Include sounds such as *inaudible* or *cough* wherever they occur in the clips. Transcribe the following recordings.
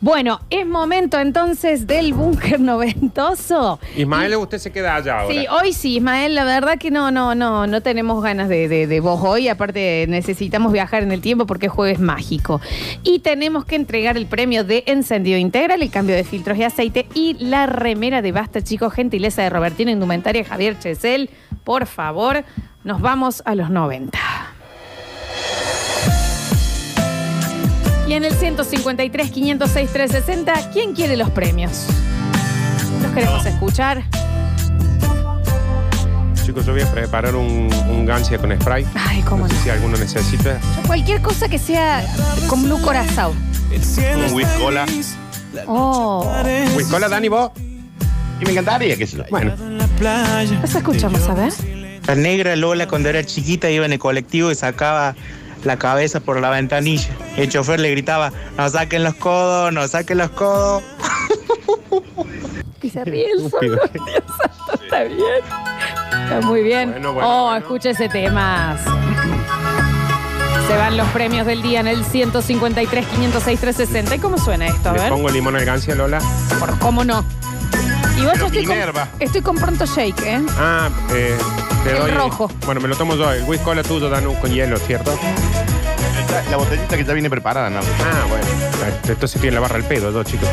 Bueno, es momento entonces del búnker noventoso. Ismael, usted se queda allá ahora. Sí, hoy sí, Ismael, la verdad que no, no, no, no tenemos ganas de, de- de vos hoy. Aparte, necesitamos viajar en el tiempo porque es jueves mágico. Y tenemos que entregar el premio de encendido integral, el cambio de filtros y aceite y la remera de Basta, chicos, gentileza de Robertino Indumentaria Javier Chesel. Por favor, nos vamos a los 90. Y en el 153, 506, 360, ¿quién quiere los premios? ¿Los queremos escuchar? Chicos, yo voy a preparar un, un gancia con spray. Ay, cómo no sé no. si alguno necesita. Cualquier cosa que sea con blue corazón. Un whisk cola. Oh. Uy, hola, Dani, vos. Y me encantaría que se lo. Bueno, Nos escuchamos, a ver. La negra Lola cuando era chiquita iba en el colectivo y sacaba la cabeza por la ventanilla. El chofer le gritaba, no saquen los codos, no saquen los codos. Y *laughs* se ríe el sol. estúpido. Está bien. Está muy bien. Bueno, bueno, oh, bueno. escucha ese tema. Se van los premios del día en el 153, 506, 360. ¿Y cómo suena esto? A Le ver. pongo limón al gancia, Lola. Por cómo no. Y vos yo Pero estoy con, Minerva. estoy con pronto shake, ¿eh? Ah, eh, te El doy. rojo. Bueno, me lo tomo yo. El whisky cola tuyo, Danu, con hielo, ¿cierto? La botellita que ya viene preparada, ¿no? Ah, bueno. Entonces tiene la barra al pedo, dos chicos.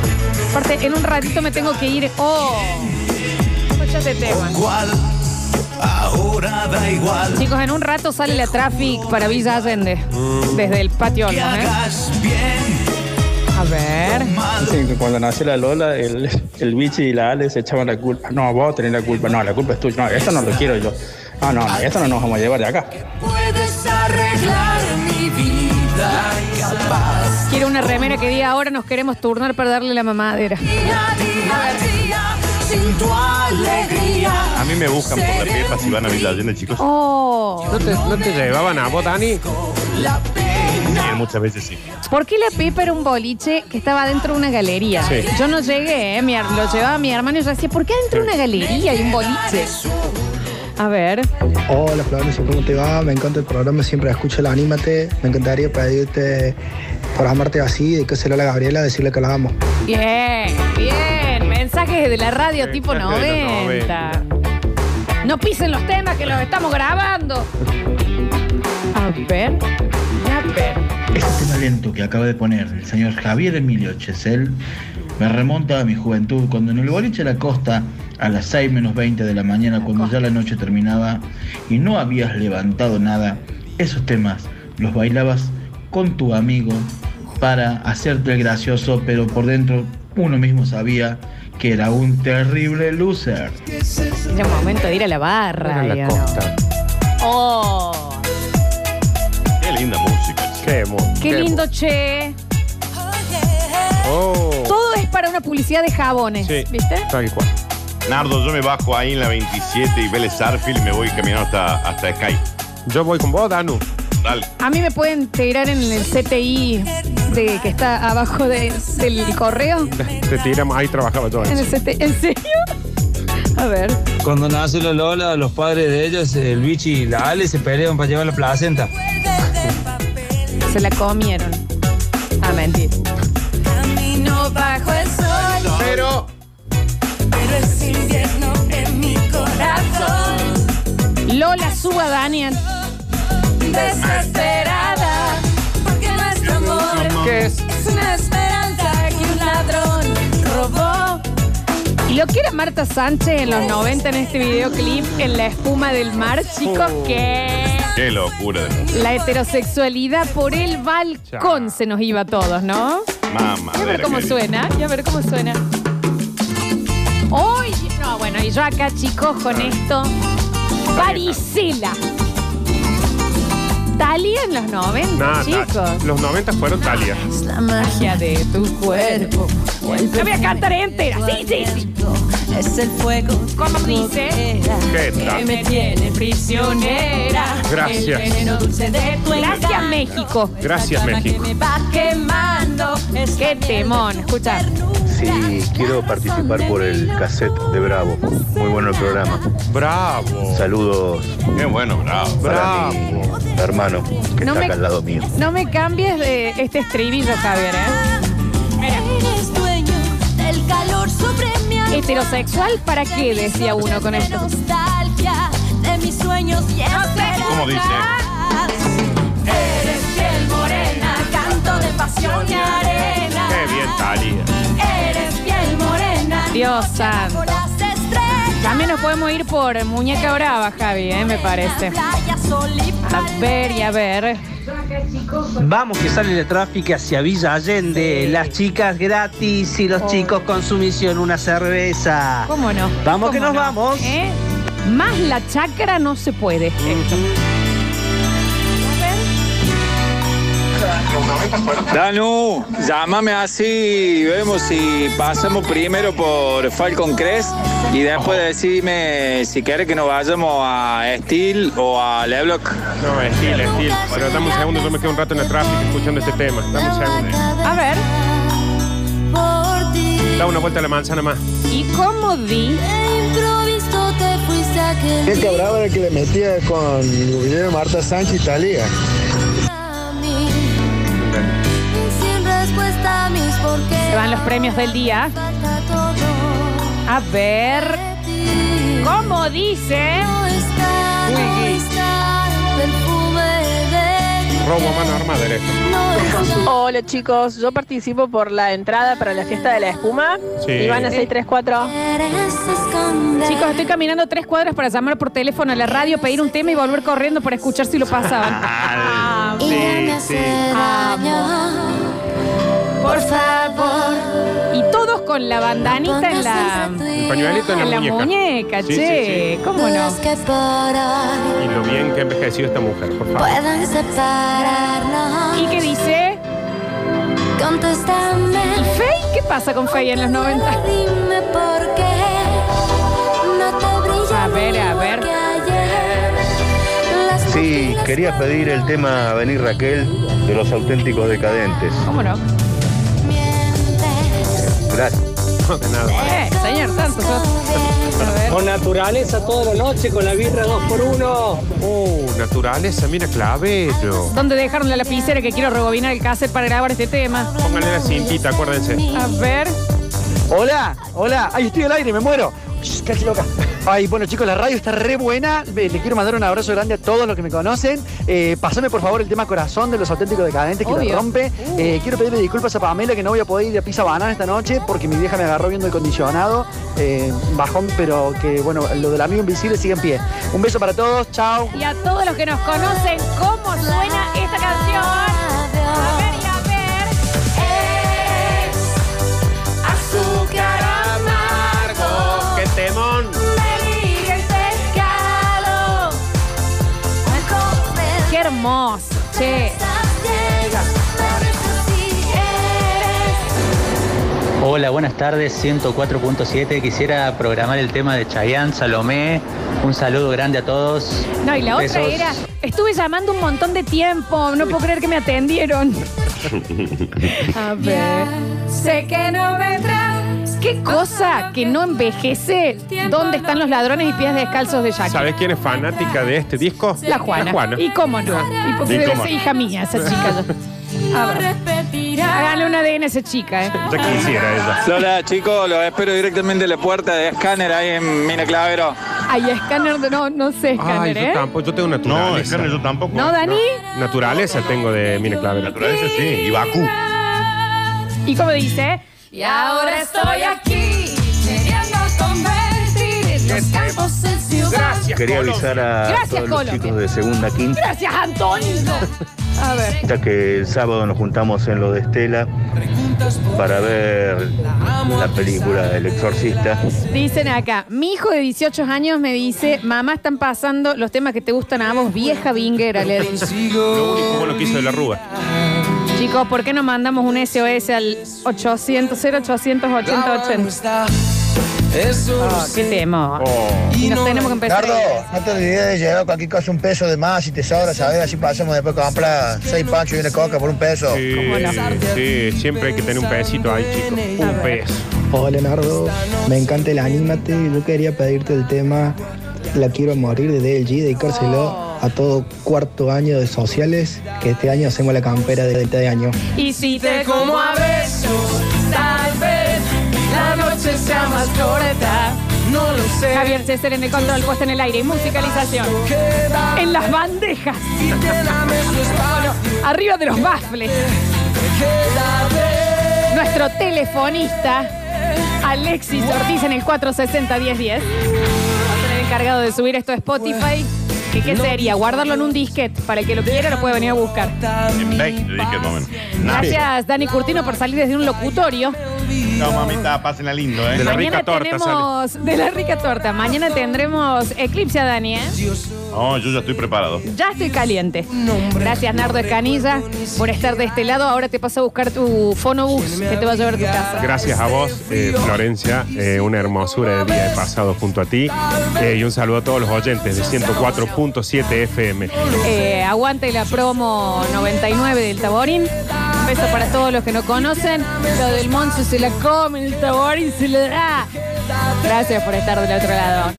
Aparte, en un ratito me tengo que ir. Oh. Escucha ese tema. cual ahora da igual Chicos, en un rato sale la traffic para Villa Allende. Desde el patio que Olmos, ¿eh? hagas bien A ver. mal Dicen que cuando nació la Lola, el, el bichi y la Ale se echaban la culpa. No, vos tenés la culpa. No, la culpa es tuya. No, esto no lo quiero yo. Ah, no, no, esto no nos vamos a llevar de acá. puedes arreglar mi vida capaz Quiero una remera que diga ahora nos queremos turnar para darle la mamadera. día a día día sin tu alegría A mí me buscan por la pepa si van a Villa Allende, chicos. Oh. ¿No te, no te llevaban a vos, Dani? la pena Bien, muchas veces sí. ¿Por qué la Pepa era un boliche que estaba dentro de una galería? Sí. Yo no llegué, ¿eh? Mi her- lo llevaba mi hermano y yo decía, ¿por qué dentro de una galería hay un boliche? A ver. Hola Florencia, ¿cómo te va? Me encanta el programa, siempre escucho el Anímate. Me encantaría pedirte por amarte así, de que se lo haga Gabriela, decirle que la amo. Bien, bien. Mensajes de la radio tipo Mensajes de los 90. No pisen los temas que los estamos grabando. A ver. A ver. Este tema lento que acaba de poner el señor Javier Emilio Chesel me remonta a mi juventud, cuando en el boliche de la costa, a las 6 menos 20 de la mañana, cuando ya la noche terminaba y no habías levantado nada, esos temas los bailabas con tu amigo para hacerte el gracioso, pero por dentro uno mismo sabía que era un terrible loser. Era momento de ir a la barra. Era la digamos. costa. Oh. Qué linda música. Qué, mo- Qué mo- lindo, che. Oh. Todo es para una publicidad de jabones, Sí. ¿viste? Tal cual. Nardo, yo me bajo ahí en la 27 y Vélez Sarfield y me voy caminando hasta, hasta Sky. Yo voy con vos, Danu. *laughs* Dale. A mí me pueden tirar en el CTI de, que está abajo de- del correo. Te tiramos. Ahí trabajaba yo. En el CTI. ¿En serio? A ver. Cuando nace la Lola, los padres de ellos, el bichi y la Ale, se pelean para llevar la placenta. Se la comieron. Ah, mentir. Camino bajo el sol, Pero. pero es invierno en mi corazón. Lola suba, Daniel. Desesperada, porque nuestro amor ¿Qué es? es una esperanza que un ladrón robó. Y lo que era Marta Sánchez en los 90 en este videoclip, en la espuma del mar, chicos, Oh. que. Qué locura de música. La heterosexualidad por el balcón Ya. se nos iba a todos, ¿no? Mamá. Y a ver cómo suena, y a ver cómo suena. ¡Uy! No, bueno, y yo acá, chicos, con esto. Varicela. Talía en los 90, Nada. chicos. Los 90 fueron Talia. Es la magia Magia de tu cuerpo. La voy a cantar entera. Sí, sí, sí. Es el fuego. ¿Cómo dice? ¿Qué Que tal? me tiene prisionera. Gracias. El veneno dulce de tu Gracias, encanto. México. Gracias, Llama México. Que me va quemando. Es Qué la miel de temón, tu escucha. ternura. Sí, quiero participar por el cassette de Bravo. Muy bueno el programa. Bravo. Saludos Qué bueno, bravo. para Bravo. mi hermano que No está me- acá al lado mío. Este No me cambies de este estribillo, Javier, ¿eh? Eres heterosexual, ¿para qué? Decía uno con esto. Nostalgia de mis sueños y esperanzas. ¿Cómo dice? Eres piel morena, canto de pasión y arena. Qué bien, Talía. Eres piel morena. Dios santo. También nos podemos ir por Muñeca Brava, Javi, eh, me parece. Playa, sol y A ver y a ver. Vamos que sale la tráfica hacia Villa Allende, las chicas gratis y los chicos con sumisión una cerveza. ¿Cómo no? Vamos ¿Cómo que nos no? vamos. ¿Eh? Más la chacra no se puede. Mm. Esto. Danu, llámame así y vemos si pasamos primero por Falcon Crest y después decime si quieres que nos vayamos a Steel o a Leblock. No, Estil, Estil. Pero dame un segundo, yo me quedo un rato en el tráfico escuchando este tema. Dame un segundo. A ver. por ti. Da una vuelta a la manzana más. ¿Y cómo di? De improviso te fuiste aquel Qué día cabrón era que le metía con el video de Marta Sánchez y Talía. a mí. Sin respuesta a mis por qué. Se van los premios del día. Falta todo A ver. de ti. ¿Cómo dice? No está, no está el perfume de tu Robo a mano armada era esto. piel. No está. Hola chicos, yo participo por la entrada para la fiesta de la espuma. Sí. Ivana 634. Quieres esconder. Chicos, estoy caminando tres cuadras para llamar por teléfono a la radio, pedir un tema y volver corriendo para escuchar si lo pasaban. Ah, Y ya me hace daño. Por favor. Y todos con la bandanita en la, El pañuelito en la, en la muñeca. muñeca, Sí, che. ¿Cómo no? que por hoy Y lo bien que ha envejecido esta mujer, por favor. puedan separarnos. ¿Y qué dice? Contéstame. ¿Y Faye? ¿Qué pasa con Faye en los 90? Dime por qué no te brilla A ver, a ver. que ayer. Las Sí, pupilas quería pedir el tema Venir Raquel de los auténticos decadentes. ¿Cómo no? mientes. Gracias. No, de nada. Eh, señor, tanto. yo- A ver. Con naturaleza toda la noche, con la birra 2x1. Oh, naturaleza, mira, clavello. ¿Dónde dejaron la lapicera que quiero rebobinar el cassette para grabar este tema? Pónganle la cintita, acuérdense. A ver. Hola, hola. Ay, estoy al aire, me muero. Shh, casi loca. Ay, bueno chicos, la radio está re buena. Eh, Le, le quiero mandar un abrazo grande a todos los que me conocen. Eh, pasame por favor el tema Corazón de los auténticos decadentes que Obvio. lo rompe. Eh, quiero pedirle disculpas a Pamela que no voy a poder ir a Pizza Banana esta noche porque mi vieja me agarró viendo el condicionado. Eh, bajón, pero que bueno, lo del amigo invisible sigue en pie. Un beso para todos, chao. Y a todos los que nos conocen, ¿cómo suena esta canción? A ver y a ver. Azúcar amargo. ¡Qué temón! Peligro el pescado. Al comer Qué hermoso, che. estás llena, por eso sí eres. Hola, buenas tardes, 104.7. Quisiera programar el tema de Chayanne, Salomé. Un saludo grande a todos. No, y la otra Besos. era, estuve llamando un montón de tiempo, no puedo creer que me atendieron. A ver. Sé que no vendrás. Qué cosa que no envejece. ¿Dónde están los ladrones y pies descalzos de Shakira? ¿Sabes quién es fanática de este disco? La Juana. ¿Y cómo no? Y porque ¿Y debe cómo ser no? hija mía, esa chica. *laughs* A ver. Háganle una ADN a esa chica, ¿eh? Ya quisiera ella. Hola chicos, los espero directamente en la puerta de Scanner ahí en Mina Clavero. Ay, escáner, de- no, no sé Ay, escáner, yo ¿eh? tampoco, yo tengo No, es naturaleza. carne yo tampoco. ¿No, Dani? Naturaleza tengo de Mina Clavero. Naturaleza sí, y Bakú. ¿Y cómo dice? Y ahora estoy aquí, queriendo convertir los campos en ciudad. Quería avisar a Gracias, todos los Colombia. chicos de segunda quinta Gracias, Antonio. A ver. que el sábado nos juntamos en lo de Estela para ver la película El Exorcista. Dicen acá, mi hijo de 18 años me dice, mamá, están pasando los temas que te gustan a vos, vieja vinguera, le dice. Lo único bueno que hizo de la Rúa. Chicos, ¿por qué no mandamos un SOS al 800 0800 8080? Oh, qué tema. Oh, Y nos tenemos que empezar. Nardo, no te olvides de llevar cualquier cosa un peso de más si te sobra, ¿sabes? Así pasamos después comprar seis panchos y una coca por un peso. sí, sí, siempre hay que tener un pedacito ahí, chicos. Un peso. Hola Leonardo, me encanta el Anímate. Yo quería pedirte el tema La quiero morir de DLG, dedicárselo a todo cuarto año de sociales, que este año hacemos la campera de este año. Y si te como a besos, tal vez la noche sea más corta. Javier César en el control, puesta en el aire y musicalización. En las bandejas. *laughs* Arriba de los baffles. Nuestro telefonista, Alexis Ortiz en el 460-1010. Va a tener encargado de subir esto a Spotify. ¿Qué, qué sería? Guardarlo en un disquete. Para el que lo quiera lo puede venir a buscar. En 20 dije el momento. Nada. Gracias, Dani Curtino, por salir desde un locutorio. No, mamita, pásenla lindo, ¿eh? Mañana tenemos de la rica torta. Mañana tendremos eclipse a Dani, ¿eh? No, yo ya estoy preparado. Ya estoy caliente. Gracias, Nardo Escanilla, por estar de este lado. Ahora te paso a buscar tu fonobús que te va a llevar a tu casa. Gracias a vos, eh, Florencia. eh, una hermosura de día de pasado junto a ti. Eh, y un saludo a todos los oyentes de 104.7 FM. Eh, aguante la promo 99 del Taborín. Un beso para todos los que no conocen. Lo del Monzo se la come, el Taborín se le da. Gracias por estar del otro lado.